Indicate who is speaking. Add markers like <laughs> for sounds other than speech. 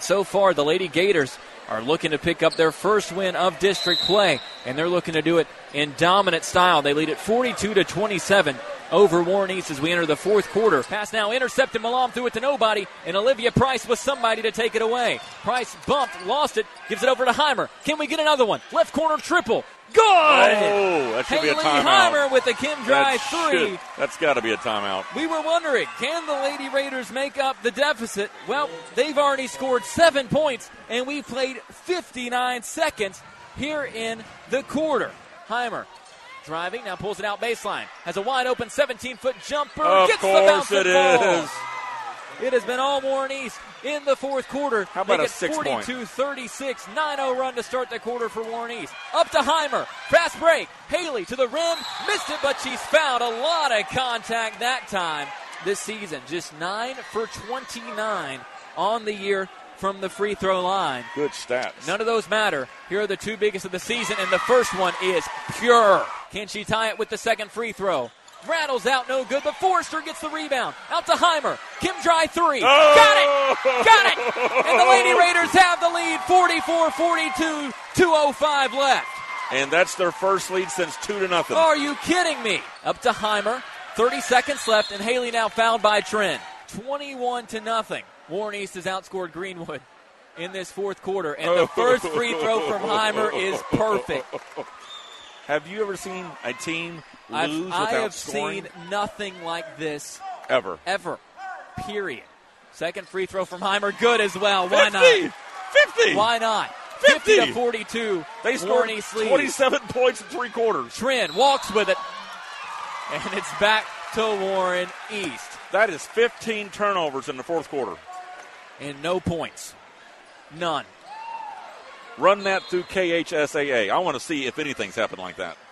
Speaker 1: so far, the Lady Gators are looking to pick up their first win of district play, and they're looking to do it in dominant style. They lead at 42 to 27 over Warren East as we enter the fourth quarter. Pass now intercepted. Malam threw it to nobody, and Olivia Price was somebody to take it away. Price bumped, lost it, gives it over to Heimer. Can we get another one? Left corner triple. Good.
Speaker 2: Oh, that should
Speaker 1: Haley
Speaker 2: be a timeout.
Speaker 1: Heimer with a Kim Dry
Speaker 2: That
Speaker 1: three.
Speaker 2: should- that's got to be a timeout.
Speaker 1: We were wondering, can the Lady Raiders make up the deficit? Well, they've already scored seven points, and we played 59 seconds here in the quarter. Heimer driving, now pulls it out baseline. Has a wide open 17 foot jumper.
Speaker 2: Of
Speaker 1: gets the
Speaker 2: course
Speaker 1: bounce
Speaker 2: it
Speaker 1: and falls.
Speaker 2: is.
Speaker 1: It has been all Warren East in the fourth quarter.
Speaker 2: How about
Speaker 1: Make
Speaker 2: a
Speaker 1: it
Speaker 2: six point?
Speaker 1: 42-36, 9-0 run to start the quarter for Warren East. Up to Heimer, fast break. Haley to the rim, missed it, but she's fouled. A lot of contact that time this season. Just nine for 29 on the year from the free throw line.
Speaker 2: Good stats.
Speaker 1: None of those matter. Here are the two biggest of the season, and the first one is pure. Can she tie it with the second free throw? Rattles out, no good, but Forrester gets the rebound. Out to Heimer. Kim Dry three. Got it! Got it! And the Lady Raiders have the lead 44 42, 205 left.
Speaker 2: and that's their first lead since two to nothing.
Speaker 1: Are you kidding me? Up to Heimer. 30 seconds left, and Haley now fouled by Trent. 21 to nothing. Warren East has outscored Greenwood in this fourth quarter, and
Speaker 2: <laughs>
Speaker 1: the first free throw from Heimer is perfect.
Speaker 2: Have you ever seen a team lose
Speaker 1: I've,
Speaker 2: without
Speaker 1: I have
Speaker 2: scoring
Speaker 1: seen nothing like this
Speaker 2: ever?
Speaker 1: ever. Period. Second free throw from Heimer, good as well. Why not?
Speaker 2: 50.
Speaker 1: Why not?
Speaker 2: 50.
Speaker 1: to 42.
Speaker 2: They scored
Speaker 1: Warren East leads.
Speaker 2: 27 <laughs> points in three quarters.
Speaker 1: Trent walks with it, and it's back to Warren East.
Speaker 2: That is 15 turnovers in the fourth quarter.
Speaker 1: and no points. None.
Speaker 2: Run that through KHSAA. I want to see if anything's happened like that.